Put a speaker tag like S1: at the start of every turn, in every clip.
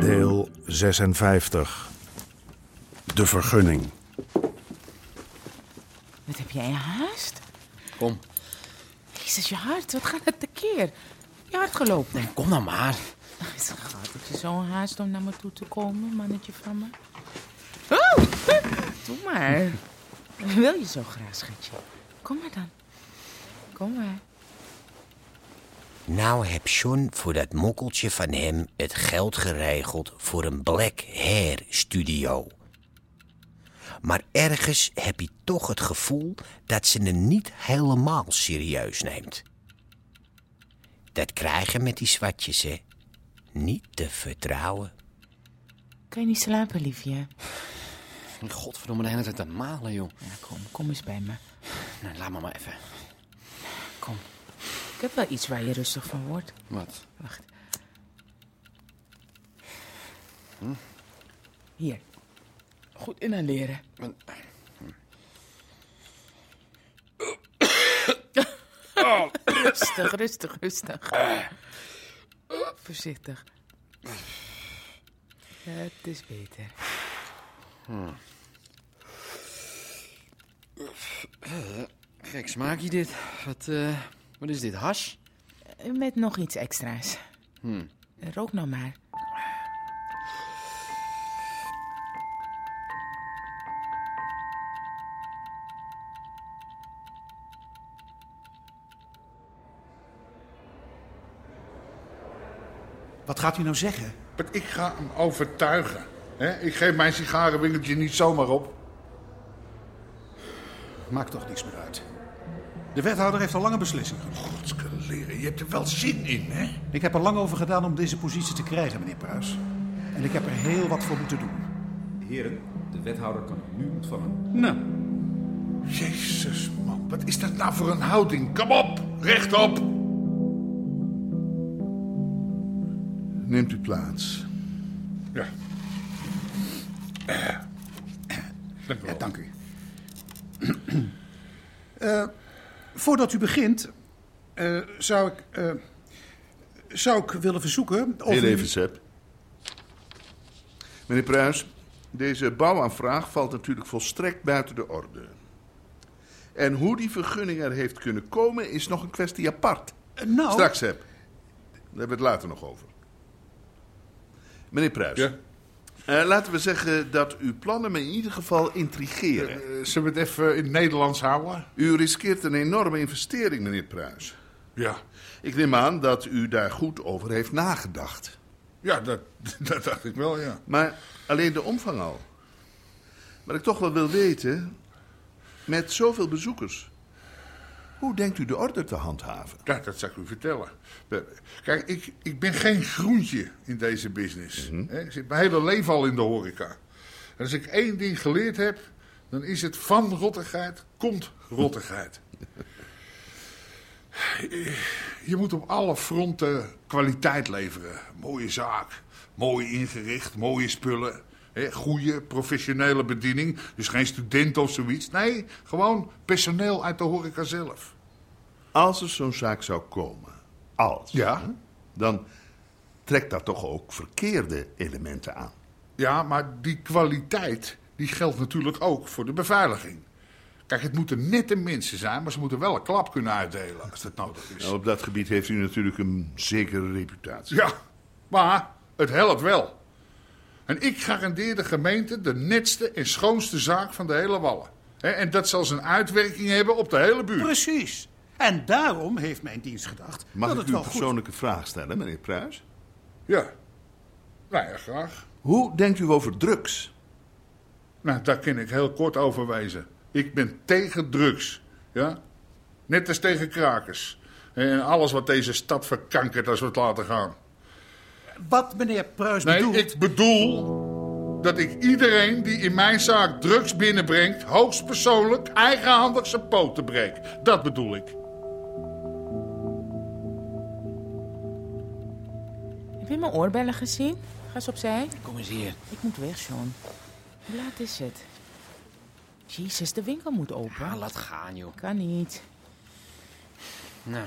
S1: Deel 56. De vergunning.
S2: Wat heb jij haast?
S3: Kom,
S2: Jezus, je hart, wat gaat het tekeer? Je hart gelopen.
S3: kom dan maar.
S2: Schat, heb je zo'n haast om naar me toe te komen, mannetje van me? Oh, doe maar. Wil je zo graag, schatje? Kom maar dan. Kom maar.
S3: Nou heb John voor dat mokkeltje van hem het geld geregeld voor een black hair studio. Maar ergens heb hij toch het gevoel dat ze hem niet helemaal serieus neemt. Dat krijgen met die zwartjes, hè. Niet te vertrouwen.
S2: Kan je niet slapen, liefje?
S4: Godverdomme, de hele tijd aan malen, joh.
S2: Ja, kom, kom eens bij me.
S4: Nou, laat me maar even.
S2: Kom. Ik heb wel iets waar je rustig van wordt.
S4: Wat?
S2: Wacht. Hier. Goed inhaleren. Rustig, rustig, rustig. Voorzichtig. Het is beter.
S4: Gek smaakje dit. Wat, eh, wat is dit, hash?
S2: Met nog iets extra's. Rook nou maar.
S5: Wat gaat u nou zeggen?
S6: Maar ik ga hem overtuigen. Hè? Ik geef mijn sigarenwinkeltje niet zomaar op.
S5: Maakt toch niks meer uit. De wethouder heeft al lang een beslissing genomen.
S6: Godskele leren, je hebt er wel zin in, hè?
S5: Ik heb er lang over gedaan om deze positie te krijgen, meneer Pruis. En ik heb er heel wat voor moeten doen.
S7: Heren, de wethouder kan u nu ontvangen.
S6: Nou. Jezus, man, wat is dat nou voor een houding? Kom op, rechtop! Neemt u plaats. Ja. Eh, Dank u wel.
S5: Ja, dank u. Eh, voordat u begint, eh, zou ik. eh, zou ik willen verzoeken. Of
S8: Heel
S5: u-
S8: even, Sepp. Meneer Pruis, deze bouwaanvraag valt natuurlijk volstrekt buiten de orde. En hoe die vergunning er heeft kunnen komen is nog een kwestie apart.
S5: Eh, nou,
S8: Straks, Sepp. Daar hebben we het later nog over. Meneer Pruis,
S6: Ja?
S8: eh, laten we zeggen dat uw plannen me in ieder geval intrigeren.
S6: Eh, Zullen we het even in het Nederlands houden?
S8: U riskeert een enorme investering, meneer Pruis.
S6: Ja.
S8: Ik neem aan dat u daar goed over heeft nagedacht.
S6: Ja, dat, dat dacht ik wel, ja.
S8: Maar alleen de omvang al. Wat ik toch wel wil weten, met zoveel bezoekers, hoe denkt u de orde te handhaven?
S6: Ja, dat zal ik u vertellen. Kijk, ik, ik ben geen groentje in deze business. Hè, Ik zit mijn hele leven al in de horeca. En als ik één ding geleerd heb, dan is het van rottigheid komt rottigheid. Je moet op alle fronten kwaliteit leveren. Mooie zaak, mooi ingericht, mooie spullen. hè, goede, professionele bediening. Dus geen student of zoiets. Nee, gewoon personeel uit de horeca zelf.
S8: Als er zo'n zaak zou komen, als,
S6: Ja,
S8: dan trekt dat toch ook verkeerde elementen aan.
S6: Ja, maar die kwaliteit die geldt natuurlijk ook voor de beveiliging. Kijk, het moeten nette mensen zijn, maar ze moeten wel een klap kunnen uitdelen als dat nodig is.
S8: Nou, op dat gebied heeft u natuurlijk een zekere reputatie.
S6: Ja, maar het helpt wel. En ik garandeer de gemeente de netste en schoonste zaak van de hele Wallen. Hè, En dat zal zijn uitwerking hebben op de hele buurt.
S5: Precies. En daarom heeft mijn dienst gedacht.
S8: Mag
S5: dat
S8: ik
S5: het
S8: u
S5: wel
S8: een
S5: goed
S8: persoonlijke vraag stellen, meneer Pruis?
S6: Ja. Nou ja, graag.
S8: Hoe denkt u over drugs?
S6: Nou, daar kan ik heel kort over wijzen. Ik ben tegen drugs. Ja? Net als tegen krakers. En alles wat deze stad verkankert als we het laten gaan.
S5: Wat meneer Pruis
S6: Nee,
S5: bedoelt...
S6: ik bedoel dat ik iedereen die in mijn zaak drugs binnenbrengt... hoogstpersoonlijk eigenhandig zijn poten breek. Dat bedoel ik.
S2: Heb je mijn oorbellen gezien? Ga eens opzij.
S4: Kom eens hier.
S2: Ik moet weg, Sean. Hoe laat is het? Jezus, de winkel moet
S4: Ah,
S2: open.
S4: laat gaan, joh.
S2: Kan niet.
S4: Nou,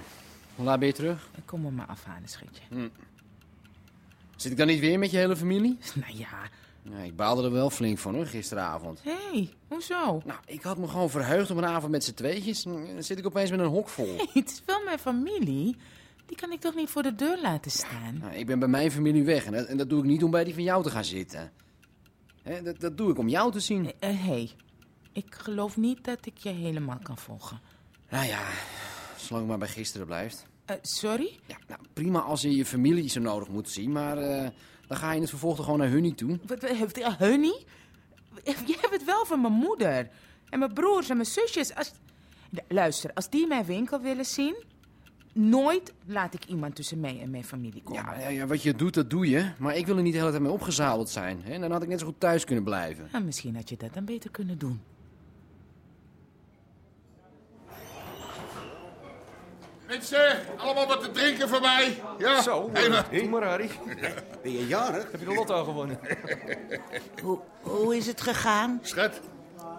S4: hoe laat ben je terug?
S2: Ik kom me maar afhalen, schatje.
S4: Zit ik dan niet weer met je hele familie?
S2: Nou ja.
S4: Nee, ik baalde er wel flink van, hoor, gisteravond.
S2: Hé, hey, hoezo?
S4: Nou, ik had me gewoon verheugd op een avond met z'n tweetjes. En Dan zit ik opeens met een hok vol.
S2: Het is wel mijn familie. Die kan ik toch niet voor de deur laten staan?
S4: Nou, ik ben bij mijn familie weg en dat, en dat doe ik niet om bij die van jou te gaan zitten. Hè, dat, dat doe ik om jou te zien.
S2: Hé, Eh, hey, ik geloof niet dat ik je helemaal kan volgen.
S4: Nou ja, zolang het maar bij gisteren blijft.
S2: Eh, sorry?
S4: Ja, nou, prima als je je familie zo nodig moet zien, maar eh, dan ga je in het vervolg toch gewoon naar hun niet toe.
S2: Wat wat heeft eh, Honey? Je hebt het wel van mijn moeder. En mijn broers en mijn zusjes. Als... Ja, Luister, als die mijn winkel willen zien... nooit laat ik iemand tussen mij en mijn familie komen.
S4: Ja, ja, ja, wat je doet, dat doe je. Maar ik wil er niet de hele tijd mee opgezadeld zijn. Hè? Dan had ik net zo goed thuis kunnen blijven.
S2: Nou, misschien had je dat dan beter kunnen doen.
S6: Mensen, allemaal wat te drinken voor mij. Ja,
S9: Zo,
S10: eh,
S9: doe maar Harry.
S3: Ben je jarig?
S9: Heb je de lotto gewonnen?
S11: Hoe, hoe is het gegaan?
S6: Schat,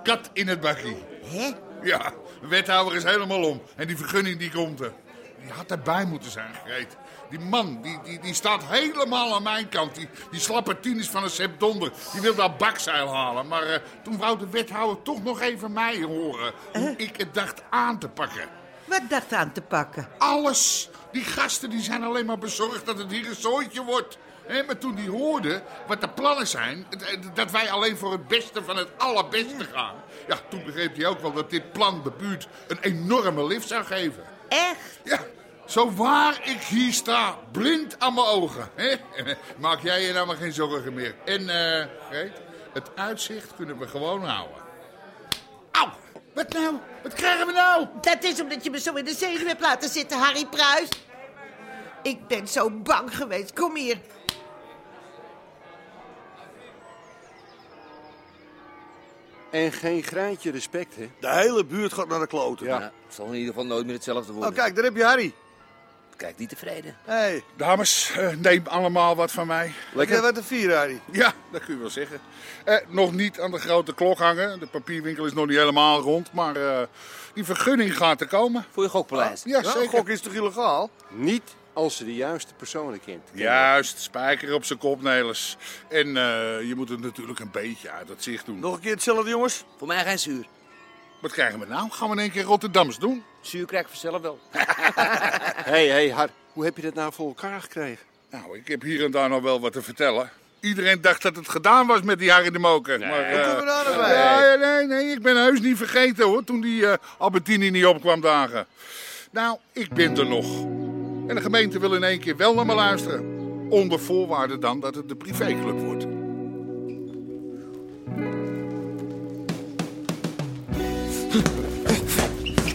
S6: kat in het bakkie.
S11: Hè?
S6: Ja, de wethouder is helemaal om. En die vergunning die komt er. Die had erbij moeten zijn, Greet. Die man, die, die, die staat helemaal aan mijn kant. Die, die slappe tieners van een Sepp Donder. Die wil dat bakzeil halen. Maar eh, toen wou de wethouder toch nog even mij horen. Hoe ik het dacht aan te pakken.
S11: Wat dacht aan te pakken?
S6: Alles. Die gasten die zijn alleen maar bezorgd dat het hier een zooitje wordt. Hè, maar toen die hoorden wat de plannen zijn, d- d- dat wij alleen voor het beste van het allerbeste gaan. Ja, toen begreep hij ook wel dat dit plan de buurt een enorme lift zou geven.
S11: Echt?
S6: Ja, zo waar ik hier sta, blind aan mijn ogen. Hè? Maak jij je nou maar geen zorgen meer. En, eh, Greet, het uitzicht kunnen we gewoon houden. Au, wat nou? Wat krijgen we nou?
S11: Dat is omdat je me zo in de zenuw hebt laten zitten, Harry Pruis. Ik ben zo bang geweest. Kom hier.
S8: En geen greintje respect, hè?
S12: De hele buurt gaat naar de kloten.
S8: Ja.
S9: Het zal in ieder geval nooit meer hetzelfde worden.
S12: Oh, kijk, daar heb je Harry.
S9: Kijk, niet tevreden.
S12: Hé, hey,
S6: Dames, eh, neem allemaal wat van mij.
S12: lekker wat te vieren, Harry.
S6: Ja, dat kun je wel zeggen. Eh, nog niet aan de grote klok hangen. De papierwinkel is nog niet helemaal rond. Maar eh, die vergunning gaat er komen. Ah,
S9: Voor je gokpaleis.
S6: Ja,
S12: Ja,
S6: zeker.
S12: gok is toch illegaal? Niet als ze de juiste personen kent.
S6: Juist, spijker op zijn kop, Nelis. En eh, je moet het natuurlijk een beetje uit het zicht doen.
S12: Nog een keer hetzelfde, jongens?
S9: Voor mij geen zuur.
S6: Wat krijgen we nou? Gaan we in één keer Rotterdams doen?
S9: Zuur krijg ik vanzelf wel.
S12: Hé, hey, hé, hey, Har. Hoe heb je dat nou voor elkaar gekregen?
S6: Nou, ik heb hier en daar nog wel wat te vertellen. Iedereen dacht dat het gedaan was met die Harry de Moker. maar, eh,
S12: Kom er nou nog bij.
S6: Ja, ja, nee, nee, ik ben heus niet vergeten hoor, toen die eh, Albertini niet opkwam dagen. Nou, ik ben er nog. En de gemeente wil in één keer wel naar me luisteren. Onder voorwaarde dan dat het de privéclub wordt.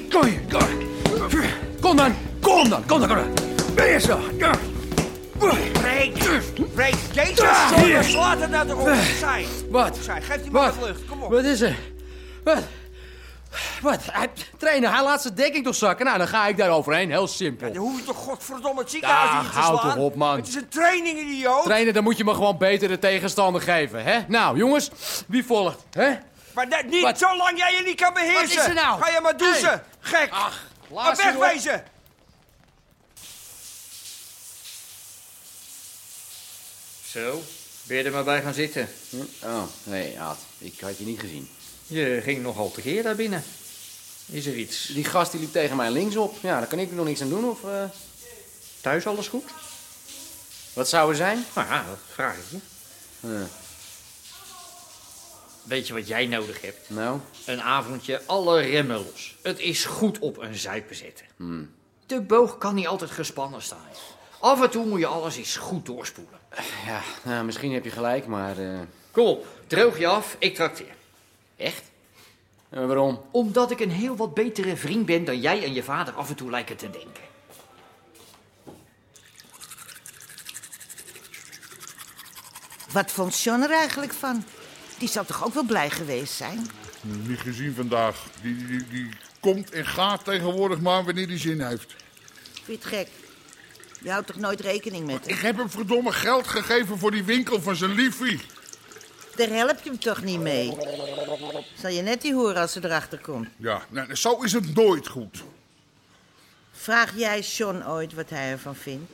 S7: Kom hier, kom. Kom dan, kom dan, kom dan, kom dan. Ben je zo? Ja.
S9: Breek, jezus,
S7: Ah,
S9: jongens,
S7: hier.
S9: laat het nou toch op zijn.
S4: Wat?
S9: Zijn, geef die man
S4: Wat?
S9: de lucht, kom op.
S4: Wat is er? Wat? Wat? Hij, trainer, hij laat zijn dekking toch zakken? Nou, dan ga ik daar overheen. Heel simpel.
S9: Dan hoef je toch godverdomme het ziekenhuis
S4: Dag,
S9: niet te
S4: hou
S9: slaan.
S4: toch op, man.
S9: Het is een training, idioot.
S4: Trainer, dan moet je me gewoon beter de tegenstander geven, hè? Nou, jongens, wie volgt, hè?
S9: maar net niet
S4: Wat?
S9: zolang jij je niet kan beheersen.
S4: Wat is er nou?
S9: Ga je maar douchen,
S4: Hey.
S9: gek.
S4: Ach,
S9: maar
S4: laatste
S9: wegwezen.
S13: Zo, ben je er maar bij gaan zitten.
S4: Oh, nee, Aad. Ik had je niet gezien.
S13: Je ging nogal tekeer daar binnen. Is er iets?
S4: Die gast die liep tegen mij links op. Ja, daar kan ik nog niks aan doen, of... eh,
S13: Thuis alles goed?
S4: wat zou er zijn?
S13: Nou ja, dat vraag ik je.
S4: Huh,
S13: Weet je wat jij nodig hebt?
S4: nou,
S13: Een avondje alle remmen los. Het is goed op een zuipen zetten. De boog kan niet altijd gespannen staan. Af en toe moet je alles eens goed doorspoelen.
S4: Ja, nou, misschien heb je gelijk, maar... eh,
S13: Kom op, droog je af, ik trakteer. Echt?
S4: eh, waarom?
S13: Omdat ik een heel wat betere vriend ben dan jij en je vader af en toe lijken te denken.
S11: Wat vond John er eigenlijk van? Die zal toch ook wel blij geweest zijn?
S6: Niet gezien vandaag. Die, die, die komt en gaat tegenwoordig maar wanneer hij zin heeft.
S11: Vind je het gek? Je houdt toch nooit rekening met hem?
S6: Ik heb hem verdomme geld gegeven voor die winkel van zijn liefie.
S11: Daar help je hem toch niet mee? Zal je net die horen als ze erachter komt?
S6: Ja, nou, zo is het nooit goed.
S11: Vraag jij John ooit wat hij ervan vindt?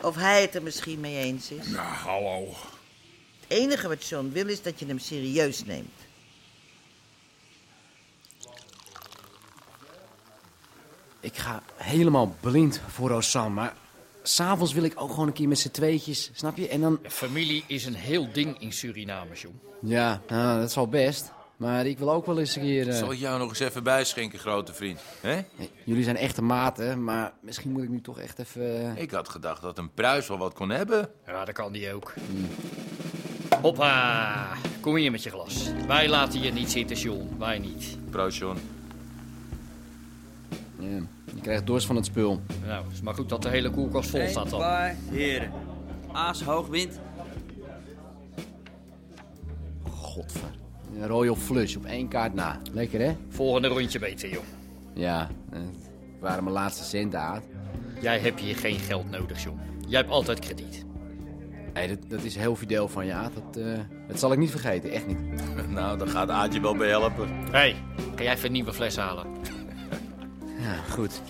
S11: Of hij het er misschien mee eens is?
S6: Nou, hallo.
S11: Het enige wat John wil is dat je hem serieus neemt.
S4: Ik ga helemaal blind voor Osam, maar... S'avonds wil ik ook gewoon een keer met z'n tweetjes, snap je? En dan...
S10: Familie is een heel ding in Suriname, jong.
S4: Ja, nou, dat is al best. Maar ik wil ook wel eens een keer... eh,
S14: Zal ik jou nog eens even bijschenken, grote vriend? hè?
S4: Jullie zijn echte maten, maar misschien moet ik nu toch echt even... eh,
S14: Ik had gedacht dat een pruis wel wat kon hebben.
S10: Ja, dat kan die ook. Hoppa, kom hier met je glas. Wij laten je niet zitten, John. Wij niet.
S14: Proost, John.
S4: ja, je krijgt dorst van het spul.
S10: Nou, het is maar goed dat de hele koelkast vol staat
S9: Een
S10: dan.
S9: paar heren. Aas Hoogwind.
S4: Godver. Een Royal Flush op één kaart na. Lekker, hè?
S10: Volgende rondje beter, joh.
S4: Ja, eh, het waren mijn laatste centen, Aad.
S10: Jij hebt hier geen geld nodig, John. Jij hebt altijd krediet.
S4: Hey, dat, dat is heel fidel van je, Aad. Dat, eh, dat zal ik niet vergeten, echt niet.
S14: Nou, dan gaat Aadje wel bij helpen.
S10: Hé, hey, kan jij even een nieuwe fles halen?
S4: Ja, goed.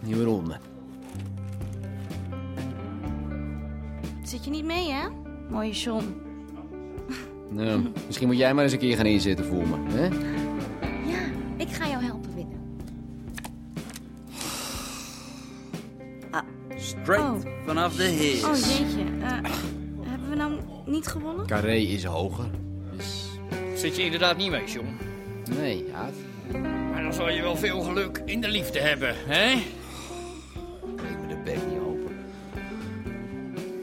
S4: Nieuwe ronde.
S15: Zit je niet mee, hè? Mooie John.
S4: Nou, misschien moet jij maar eens een keer gaan inzitten voor me, hè?
S15: Ja, ik ga jou helpen winnen.
S9: Straight vanaf de heers.
S15: Ah. Oh jeetje, eh, hebben we nou niet gewonnen?
S4: Carré is hoger.
S10: Zit je inderdaad niet mee, John?
S4: Nee, Aad.
S10: Maar dan zal je wel veel geluk in de liefde hebben, hè?
S4: Ik me de bek niet open.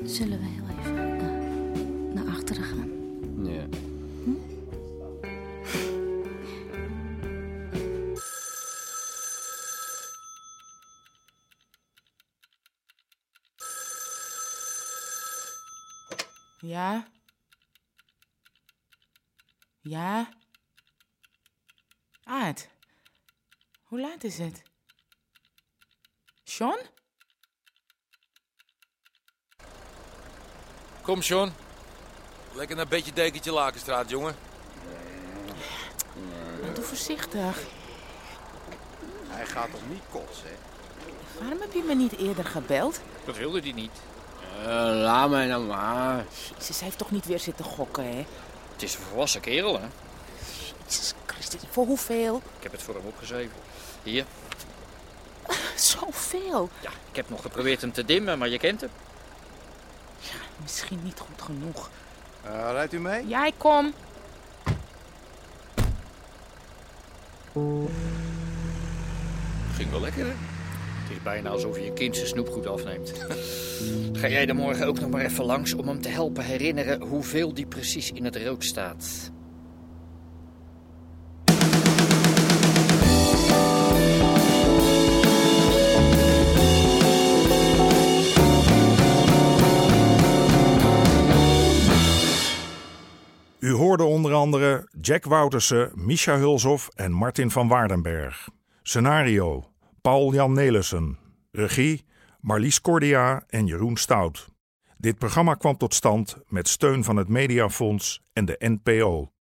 S15: Zullen we heel even eh, naar achteren gaan?
S4: Ja.
S2: Ja? Ja? Aad, hoe laat is het? Sean?
S14: Kom, John. Lekker naar bedje dekentje Lakenstraat, jongen.
S2: Doe voorzichtig.
S14: Hij gaat toch niet kotsen, hè?
S2: Waarom heb je me niet eerder gebeld?
S10: Dat wilde hij niet.
S14: Eh,
S4: laat mij nou maar.
S2: Jezus, hij heeft toch niet weer zitten gokken, hè?
S10: Het is een volwassen kerel, hè?
S2: Jezus Christus, voor hoeveel?
S10: Ik heb het voor hem opgeschreven. Hier,
S2: Zoveel.
S10: ja, ik heb nog geprobeerd hem te dimmen, maar je kent hem.
S2: Misschien niet goed genoeg.
S12: Eh, rijdt u mee?
S2: Jij kom.
S10: Ging wel lekker, hè? Het is bijna alsof je je kind zijn snoepgoed afneemt. Ga jij er morgen ook nog maar even langs om hem te helpen herinneren hoeveel die precies in het rood staat?
S1: U hoorde onder andere Jack Woutersen, Misha Hulshoff en Martin van Waardenberg. Scenario: Paul-Jan Nelissen. Regie: Marlies Cordia en Jeroen Stout. Dit programma kwam tot stand met steun van het Mediafonds en de NPO.